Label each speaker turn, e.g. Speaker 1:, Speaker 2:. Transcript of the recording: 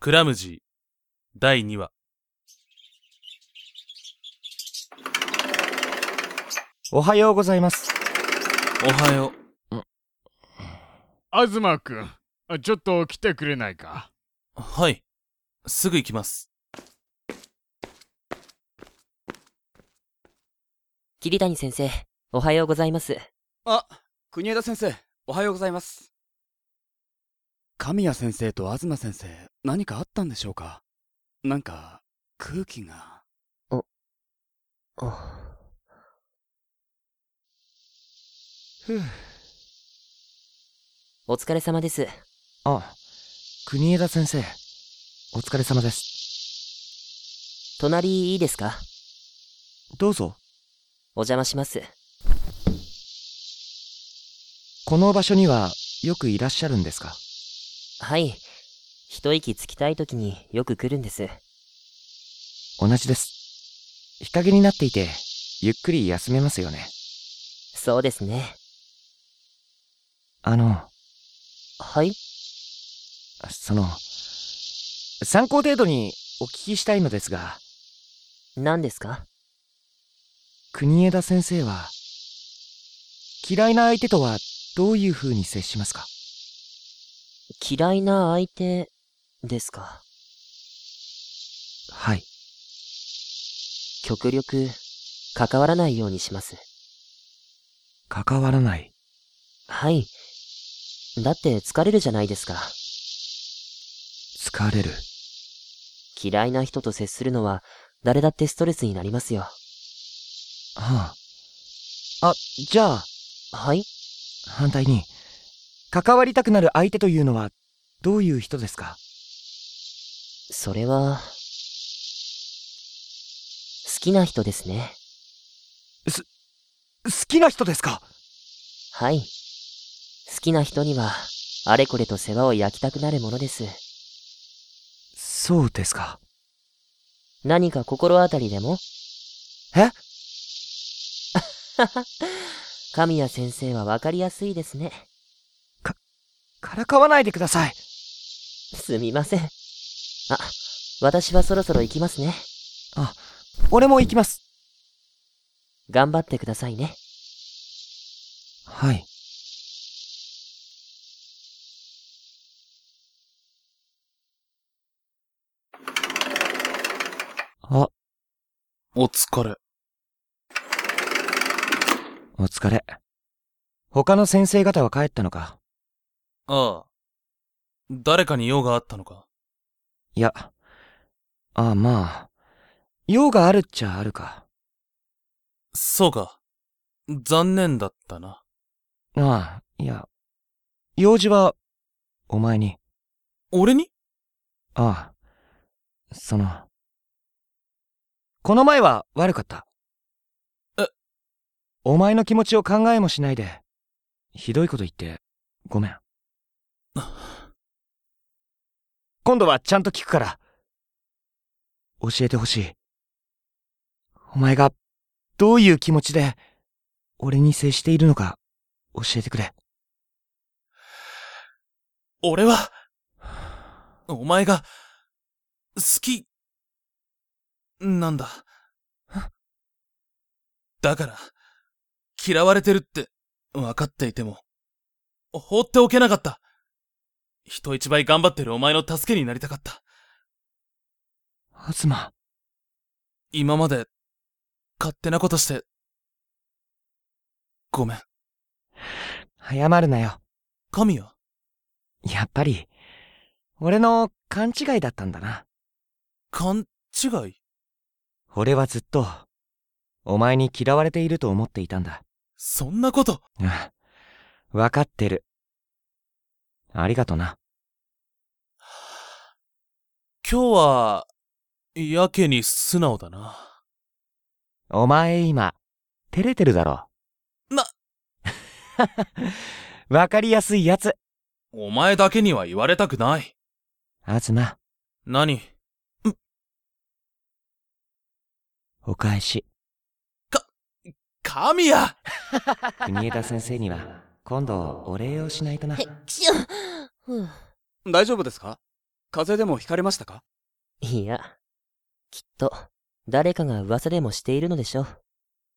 Speaker 1: クラムジー第2話
Speaker 2: おはようございます。
Speaker 1: おはよ
Speaker 3: 東君あちょっと来てくれないか
Speaker 1: うはいすぐ行きます
Speaker 4: 桐谷先生、おはようございます。
Speaker 5: あ、国枝先生、おはようございます。神谷先生と東先生、何かあったんでしょうかなんか、空気が。
Speaker 4: お疲れ様です。
Speaker 2: あ、国枝先生、お疲れ様です。
Speaker 4: 隣いいですか
Speaker 2: どうぞ、
Speaker 4: お邪魔します。
Speaker 2: この場所にはよくいらっしゃるんですか
Speaker 4: はい。一息つきたい時によく来るんです。
Speaker 2: 同じです。日陰になっていて、ゆっくり休めますよね。
Speaker 4: そうですね。
Speaker 2: あの、
Speaker 4: はい
Speaker 2: その、参考程度にお聞きしたいのですが、
Speaker 4: 何ですか
Speaker 2: 国枝先生は、嫌いな相手とはどういう風に接しますか
Speaker 4: 嫌いな相手ですか
Speaker 2: はい。
Speaker 4: 極力関わらないようにします。
Speaker 2: 関わらない。
Speaker 4: はい。だって疲れるじゃないですか。
Speaker 2: 疲れる。
Speaker 4: 嫌いな人と接するのは誰だってストレスになりますよ。
Speaker 2: はあ。あ、じゃあ、
Speaker 4: はい
Speaker 2: 反対に、関わりたくなる相手というのは、どういう人ですか
Speaker 4: それは、好きな人ですね。
Speaker 2: 好きな人ですか
Speaker 4: はい。好きな人には、あれこれと世話を焼きたくなるものです。
Speaker 2: そうですか。
Speaker 4: 何か心当たりでも
Speaker 2: え
Speaker 4: 神谷先生はわかりやすいですね。
Speaker 2: からかわないでください。
Speaker 4: すみません。あ、私はそろそろ行きますね。
Speaker 2: 俺も行きます。
Speaker 4: 頑張ってくださいね。
Speaker 2: はい。あ、
Speaker 1: お疲れ
Speaker 2: お疲れ。他の先生方は帰ったのか
Speaker 1: ああ誰かに用があったのか
Speaker 2: いや。ああ、まあ。用があるっちゃあるか。
Speaker 1: そうか残念だったな
Speaker 2: ああ、いや。用事は、お前に。
Speaker 1: 俺に
Speaker 2: ああ、その、この前は悪かった。
Speaker 1: え
Speaker 2: お前の気持ちを考えもしないで、ひどいこと言って、ごめん。今度はちゃんと聞くから。教えてほしい。お前が、どういう気持ちで、俺に接しているのか、教えてくれ。
Speaker 1: 俺はお前が好きなんだだから嫌われてるって分かっていても放っておけなかった人一倍頑張ってるお前の助けになりたかった
Speaker 2: あずま、
Speaker 1: 今まで、勝手なことして、ごめん。
Speaker 2: 謝るなよ。
Speaker 1: 神谷
Speaker 2: やっぱり、俺の勘違いだったんだな。
Speaker 1: 勘違い
Speaker 2: 俺はずっと、お前に嫌われていると思っていたんだ。
Speaker 1: そんなこと、
Speaker 2: うんわかってる。ありがとな。
Speaker 1: 今日は、やけに素直だな。
Speaker 2: お前今、照れてるだろ。
Speaker 1: な、
Speaker 2: わかりやすいやつ。
Speaker 1: お前だけには言われたくない。
Speaker 2: あずま、
Speaker 1: 何
Speaker 2: お返 し。
Speaker 1: 神谷
Speaker 2: 国枝先生には、今度お礼をしないとな。
Speaker 4: くしょふう
Speaker 5: 大丈夫ですか風邪でもひかれましたか
Speaker 4: いや、きっと、誰かが噂でもしているのでしょう。